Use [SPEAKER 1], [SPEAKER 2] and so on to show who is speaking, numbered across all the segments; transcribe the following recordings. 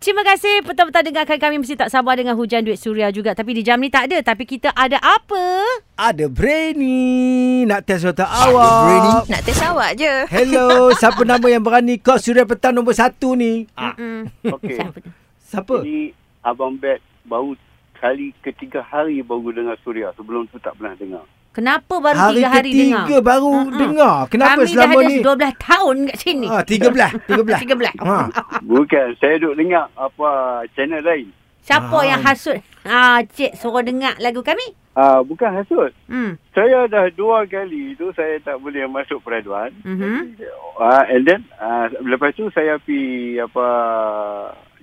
[SPEAKER 1] Terima kasih petang-petang dengarkan kami mesti tak sabar dengan hujan duit suria juga. Tapi di jam ni tak ada. Tapi kita ada apa?
[SPEAKER 2] Ada Brainy Nak test otak awak
[SPEAKER 3] Ada Brainy?
[SPEAKER 4] Nak test awak je.
[SPEAKER 2] Hello Siapa nama yang berani Kau suria petang nombor satu ni ah,
[SPEAKER 1] Mm-mm.
[SPEAKER 5] Okey.
[SPEAKER 1] Hmm. Siapa tu?
[SPEAKER 2] Siapa
[SPEAKER 5] Jadi Abang Bet baru kali ketiga hari baru dengar Suria. Sebelum tu tak pernah dengar.
[SPEAKER 1] Kenapa baru
[SPEAKER 2] Hari
[SPEAKER 1] tiga hari
[SPEAKER 2] ketiga
[SPEAKER 1] dengar?
[SPEAKER 2] baru
[SPEAKER 1] Mm-mm.
[SPEAKER 2] dengar Kenapa
[SPEAKER 1] kami
[SPEAKER 2] selama
[SPEAKER 1] dah
[SPEAKER 2] ni
[SPEAKER 1] ada 12 tahun kat sini.
[SPEAKER 2] ah, Tiga belah Tiga belah
[SPEAKER 1] Tiga belah.
[SPEAKER 2] ha.
[SPEAKER 5] Bukan, saya duk dengar apa channel lain.
[SPEAKER 1] Siapa
[SPEAKER 2] Ah.
[SPEAKER 1] yang hasut? Ah, cik suruh dengar lagu kami.
[SPEAKER 5] Ah, bukan hasut.
[SPEAKER 1] Hmm.
[SPEAKER 5] Saya dah dua kali tu saya tak boleh masuk peraduan.
[SPEAKER 1] Mhm.
[SPEAKER 5] Ah, and then ah, lepas tu saya pi apa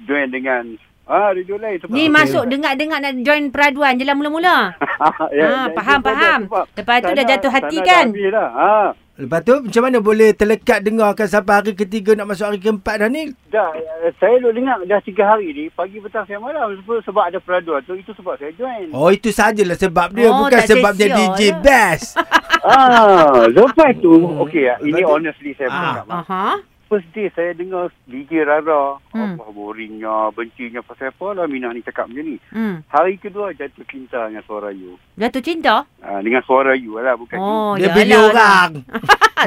[SPEAKER 5] join dengan ah radio lain sebab
[SPEAKER 1] Ni
[SPEAKER 2] Okey.
[SPEAKER 1] masuk dengar-dengar nak join peraduan je lah mula-mula. Ah,
[SPEAKER 5] Ya, jadi
[SPEAKER 1] faham,
[SPEAKER 5] saya
[SPEAKER 1] faham.
[SPEAKER 5] sebab
[SPEAKER 1] Lepas tu dah
[SPEAKER 5] sana-
[SPEAKER 1] jatuh hati
[SPEAKER 5] sana
[SPEAKER 1] kan?
[SPEAKER 5] Dah habis dah. Ah,
[SPEAKER 2] Lepas tu macam mana boleh terlekat dengarkan Sampai hari ketiga nak masuk hari keempat dah ni
[SPEAKER 5] dah eh, saya duk dengar dah tiga hari ni pagi petang saya malam sebab, sebab ada peraduan tu itu sebab saya join.
[SPEAKER 2] Oh itu sajalah sebab dia
[SPEAKER 1] Oh,
[SPEAKER 2] Bukan
[SPEAKER 1] tak
[SPEAKER 2] sebab dia
[SPEAKER 1] sesial
[SPEAKER 2] DJ
[SPEAKER 1] lah.
[SPEAKER 2] best
[SPEAKER 5] Ah, lepas tu
[SPEAKER 1] Oh.
[SPEAKER 5] okey ah, ini
[SPEAKER 2] Lepas tu-
[SPEAKER 5] honestly saya
[SPEAKER 2] Ah.
[SPEAKER 5] bercakap. lah.
[SPEAKER 1] Aha.
[SPEAKER 5] First day saya dengar DJ Rara.
[SPEAKER 1] Hmm.
[SPEAKER 5] Allah boringnya, bencinya pasal apa lah Mina ni cakap macam ni.
[SPEAKER 1] Hmm.
[SPEAKER 5] Hari kedua jatuh cinta dengan suara you.
[SPEAKER 1] Jatuh cinta?
[SPEAKER 5] Ah, dengan suara you lah bukan you.
[SPEAKER 1] Oh,
[SPEAKER 2] Dia
[SPEAKER 1] yalah,
[SPEAKER 2] pilih
[SPEAKER 1] lah.
[SPEAKER 2] orang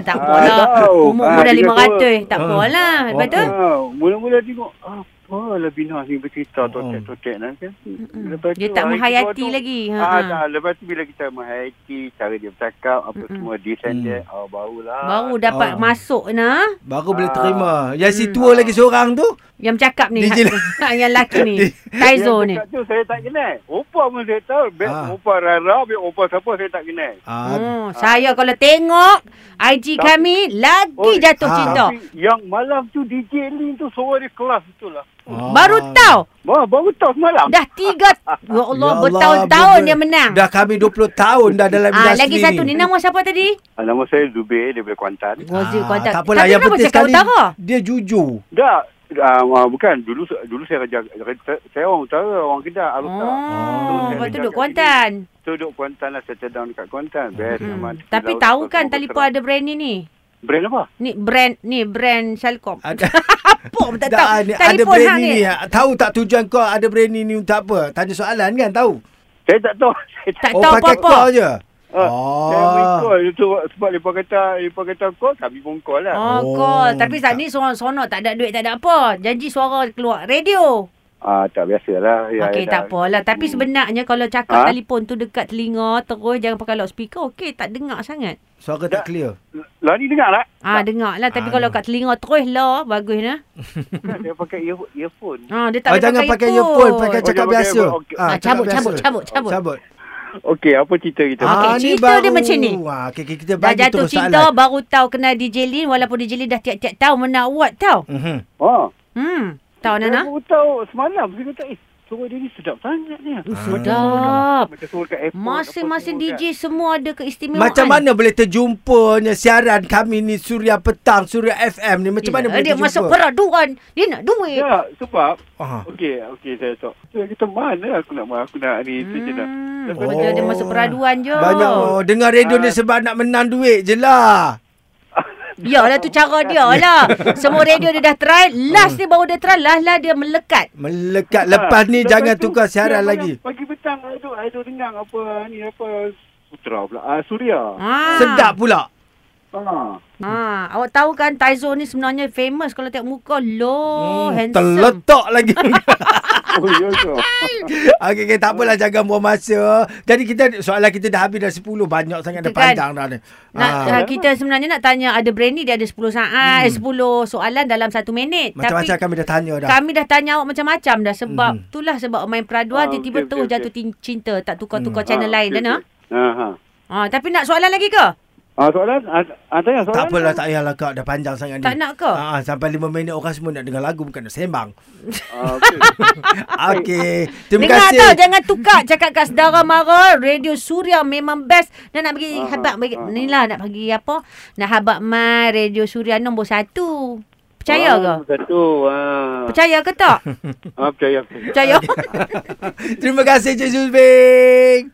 [SPEAKER 1] tak
[SPEAKER 5] Ah,
[SPEAKER 1] apalah.
[SPEAKER 5] tahu.
[SPEAKER 1] Umur-umur dah
[SPEAKER 5] Ah, dia kata,
[SPEAKER 1] 500. Tak
[SPEAKER 2] Ah.
[SPEAKER 1] apalah. Lepas tu?
[SPEAKER 5] Ah, mula-mula tengok apa lah Bina ni bercerita
[SPEAKER 2] Oh.
[SPEAKER 5] totek-totek lah kan.
[SPEAKER 1] Mm-mm.
[SPEAKER 5] Lepas
[SPEAKER 1] Dia
[SPEAKER 5] tu,
[SPEAKER 1] tak
[SPEAKER 5] hari
[SPEAKER 1] menghayati
[SPEAKER 5] kedua tu-
[SPEAKER 1] lagi. Ha,
[SPEAKER 5] Ah,
[SPEAKER 1] ha.
[SPEAKER 5] dah. Lepas tu bila kita menghayati cara dia bercakap apa
[SPEAKER 1] Mm-mm.
[SPEAKER 5] semua this and
[SPEAKER 2] Hmm.
[SPEAKER 5] that oh, barulah.
[SPEAKER 1] Baru dapat
[SPEAKER 2] Ah.
[SPEAKER 1] masuk nah
[SPEAKER 2] Baru boleh
[SPEAKER 5] Ah.
[SPEAKER 2] terima Yang si
[SPEAKER 1] Hmm.
[SPEAKER 2] tua lagi seorang tu
[SPEAKER 1] yang bercakap ni. ha,
[SPEAKER 2] DJ
[SPEAKER 1] yang lelaki ni.
[SPEAKER 2] lah. Dia-
[SPEAKER 1] Taizo ni.
[SPEAKER 5] Yang cakap tu saya tak kenal. Opa pun saya tahu. Bek
[SPEAKER 2] Ah.
[SPEAKER 5] opa Rara, bek opa siapa saya tak kenal.
[SPEAKER 2] ah,
[SPEAKER 1] Oh, saya kalau tengok IG
[SPEAKER 5] Tapi-
[SPEAKER 1] kami lagi
[SPEAKER 5] Oi,
[SPEAKER 1] jatuh
[SPEAKER 2] ah.
[SPEAKER 1] cinta.
[SPEAKER 5] Tapi yang malam tu DJ Lin tu suara dia kelas betul lah.
[SPEAKER 1] Hmm. Baru tahu.
[SPEAKER 5] Wah, baru tahu semalam.
[SPEAKER 1] Dah tiga Ya Allah,
[SPEAKER 2] Ah. Ya Allah,
[SPEAKER 1] bertahun-tahun
[SPEAKER 2] betul.
[SPEAKER 1] dia menang.
[SPEAKER 2] Dah kami 20 tahun dah
[SPEAKER 1] Ah,
[SPEAKER 2] dalam industri
[SPEAKER 1] lagi satu ni nama siapa tadi?
[SPEAKER 5] Ah, Nama saya Zubir daripada Kuantan.
[SPEAKER 1] Gozi
[SPEAKER 2] Ah,
[SPEAKER 1] kau tak.
[SPEAKER 2] Tak apalah
[SPEAKER 1] Tapi
[SPEAKER 2] yang
[SPEAKER 1] kenapa
[SPEAKER 2] penting
[SPEAKER 1] cakap
[SPEAKER 2] sekali
[SPEAKER 1] utara?
[SPEAKER 2] Dia jujur
[SPEAKER 5] Dah. Um, uh, bukan dulu dulu saya kerja saya orang utara orang Kedah
[SPEAKER 1] Oh,
[SPEAKER 5] Alutara.
[SPEAKER 2] Ah.
[SPEAKER 1] lepas tu duduk Kuantan.
[SPEAKER 5] Oh. So duduk Kuantan lah settle down dekat Kuantan. Best
[SPEAKER 1] Hmm.
[SPEAKER 5] memang.
[SPEAKER 1] Tapi
[SPEAKER 5] Laut
[SPEAKER 1] tahu
[SPEAKER 5] tu
[SPEAKER 1] kan
[SPEAKER 5] semua
[SPEAKER 1] Talipa
[SPEAKER 5] berserang.
[SPEAKER 1] ada brand ni ni?
[SPEAKER 5] Brand apa?
[SPEAKER 1] Ni brand ni brand Shalcom.
[SPEAKER 2] Ada
[SPEAKER 1] Pok pun tak
[SPEAKER 2] Tak,
[SPEAKER 1] tahu.
[SPEAKER 2] ni, ada
[SPEAKER 1] Telefon hang
[SPEAKER 2] Brainy
[SPEAKER 1] ni.
[SPEAKER 2] ni. Tahu tak tujuan kau ada Brainy ni untuk apa? Tanya soalan kan tahu?
[SPEAKER 5] Saya tak tahu. Saya tak
[SPEAKER 1] Tak
[SPEAKER 2] oh,
[SPEAKER 1] tahu
[SPEAKER 2] pakai
[SPEAKER 1] apa-apa.
[SPEAKER 2] kau je.
[SPEAKER 5] Ah, Saya
[SPEAKER 2] Oh.
[SPEAKER 5] mengikut itu sebab lepa kata lepa kata call kami pun call lah.
[SPEAKER 1] Oh,
[SPEAKER 2] Oh,
[SPEAKER 1] kau. Tapi saat
[SPEAKER 2] tak.
[SPEAKER 1] ni seorang sonok tak ada duit, tak ada apa. Janji suara keluar radio.
[SPEAKER 5] Ah tak biasalah.
[SPEAKER 1] Okey, tak apalah. Tapi
[SPEAKER 5] Hmm.
[SPEAKER 1] sebenarnya kalau cakap
[SPEAKER 5] Ha?
[SPEAKER 1] telefon tu dekat telinga, terus jangan pakai loudspeaker, okey, tak dengar sangat.
[SPEAKER 2] Suara tak clear.
[SPEAKER 5] Lah ni dengar lah.
[SPEAKER 1] Ah, dengar lah. Tapi
[SPEAKER 2] Ah,
[SPEAKER 1] kalau
[SPEAKER 2] ya.
[SPEAKER 1] kat telinga terus lah. Bagus lah.
[SPEAKER 5] Saya pakai ear- earphone.
[SPEAKER 1] Ah, dia tak
[SPEAKER 2] Tak oh,
[SPEAKER 1] boleh
[SPEAKER 2] jangan pakai earphone, pakai
[SPEAKER 5] Oh,
[SPEAKER 2] cakap
[SPEAKER 5] jangan pakai
[SPEAKER 2] biasa.
[SPEAKER 5] earphone, okey.
[SPEAKER 1] Ah,
[SPEAKER 2] cakap
[SPEAKER 1] cabut,
[SPEAKER 2] biasa.
[SPEAKER 1] cabut, cabut, cabut.
[SPEAKER 2] Cabut.
[SPEAKER 5] Okey, apa cerita kita?
[SPEAKER 1] Ah. cerita dia macam ni.
[SPEAKER 2] Wah, okay, okay, Ah, kita
[SPEAKER 1] Dah
[SPEAKER 2] bagi
[SPEAKER 1] jatuh
[SPEAKER 2] terus
[SPEAKER 1] cinta
[SPEAKER 2] soalan.
[SPEAKER 1] baru tahu kenal DJ Lin walaupun DJ Lin dah tiap-tiap tahun menang award tau.
[SPEAKER 2] Mhm.
[SPEAKER 5] Ah.
[SPEAKER 1] Hmm. Tahu
[SPEAKER 5] Saya
[SPEAKER 1] Nana?
[SPEAKER 5] baru tahu semalam saya kata eh suara dia ni sedap sangat ni.
[SPEAKER 1] Hmm. Sedap.
[SPEAKER 5] Macam suara kat airport.
[SPEAKER 1] Masa-masa DJ semua ada keistimewaan.
[SPEAKER 2] Macam mana boleh terjumpanya siaran kami ni Suria Petang, Suria FM ni? Macam mana
[SPEAKER 1] Yelah,
[SPEAKER 2] boleh
[SPEAKER 1] dia
[SPEAKER 2] terjumpa?
[SPEAKER 1] masuk peraduan. Dia nak duit.
[SPEAKER 5] Ya, sebab
[SPEAKER 2] Ah.
[SPEAKER 5] okey, okey saya tahu. Saya kata mana aku nak aku nak ni tu je dah.
[SPEAKER 1] Hmm.
[SPEAKER 5] Lepas
[SPEAKER 1] Oh,
[SPEAKER 5] tu-
[SPEAKER 1] dia, dia masuk peraduan je.
[SPEAKER 2] Banyak oh, dengar radio ni
[SPEAKER 5] Ah.
[SPEAKER 2] sebab nak menang duit je lah.
[SPEAKER 1] Yalah tu cara dia lah. Semua radio dia dah try.
[SPEAKER 2] Hmm.
[SPEAKER 1] Last ni baru dia try. Last lah dia melekat.
[SPEAKER 2] Melekat lepas ni
[SPEAKER 5] Ah,
[SPEAKER 2] jangan
[SPEAKER 5] tu,
[SPEAKER 2] tukar siaran
[SPEAKER 5] siang
[SPEAKER 2] lagi.
[SPEAKER 5] malam, Pagi petang I duk I duk dengar apa ni apa Sutra pula. Ah Suria.
[SPEAKER 1] Ah.
[SPEAKER 2] Sedap pula.
[SPEAKER 5] Ha.
[SPEAKER 1] Ha, awak tahu kan Taizo ni sebenarnya famous kalau tengok muka loh Oh,
[SPEAKER 2] Hmm,
[SPEAKER 1] handsome.
[SPEAKER 2] Terletak lagi.
[SPEAKER 5] Oh ya ke?
[SPEAKER 2] Okey, okay, tak apalah jangan buang masa. Jadi kita soalan kita dah habis dah 10 banyak sangat dah
[SPEAKER 1] Kita kan
[SPEAKER 2] panjang dah ni.
[SPEAKER 1] Nak,
[SPEAKER 2] Ah, Hmm.
[SPEAKER 1] ha, kita sebenarnya nak tanya ada brand ni dia ada 10 saat, eh, 10 soalan dalam 1 minit.
[SPEAKER 2] macam-macam
[SPEAKER 1] Tapi
[SPEAKER 2] kami dah tanya dah.
[SPEAKER 1] kami dah tanya awak macam-macam dah sebab
[SPEAKER 2] Mhm.
[SPEAKER 1] itulah sebab main peraduan
[SPEAKER 5] Ah,
[SPEAKER 1] tiba-tiba
[SPEAKER 5] okey,
[SPEAKER 1] terus
[SPEAKER 5] okey,
[SPEAKER 1] jatuh tin- cinta tak tukar-tukar
[SPEAKER 5] Hmm.
[SPEAKER 1] channel
[SPEAKER 5] Ah,
[SPEAKER 1] lain
[SPEAKER 5] okey,
[SPEAKER 1] Dana.
[SPEAKER 5] Ha ha.
[SPEAKER 1] Ha, tapi nak soalan lagi ke?
[SPEAKER 5] Ah soalan ah, ah tanya soalan.
[SPEAKER 2] tak apalah, tak payahlah kak. Dah panjang sangat ni.
[SPEAKER 1] Tak nak ke?
[SPEAKER 2] Ah, ah, sampai 5 minit orang semua nak dengar lagu bukan nak sembang.
[SPEAKER 5] Ah, okey.
[SPEAKER 2] Okey. Terima
[SPEAKER 1] Dengar
[SPEAKER 2] kasih.
[SPEAKER 1] tau jangan tukar cakap kat saudara Mara Radio Suria memang best dan nak bagi
[SPEAKER 5] Ah,
[SPEAKER 1] habak bagi
[SPEAKER 5] ah.
[SPEAKER 1] ni lah nak bagi apa nak habak mai Radio Suria nombor satu
[SPEAKER 2] Oh.
[SPEAKER 1] percaya ke
[SPEAKER 5] Ah, Satu. Ah.
[SPEAKER 1] percaya ke tak
[SPEAKER 5] Ah, percaya.
[SPEAKER 1] percaya
[SPEAKER 2] Terima kasih Cik Zulbing.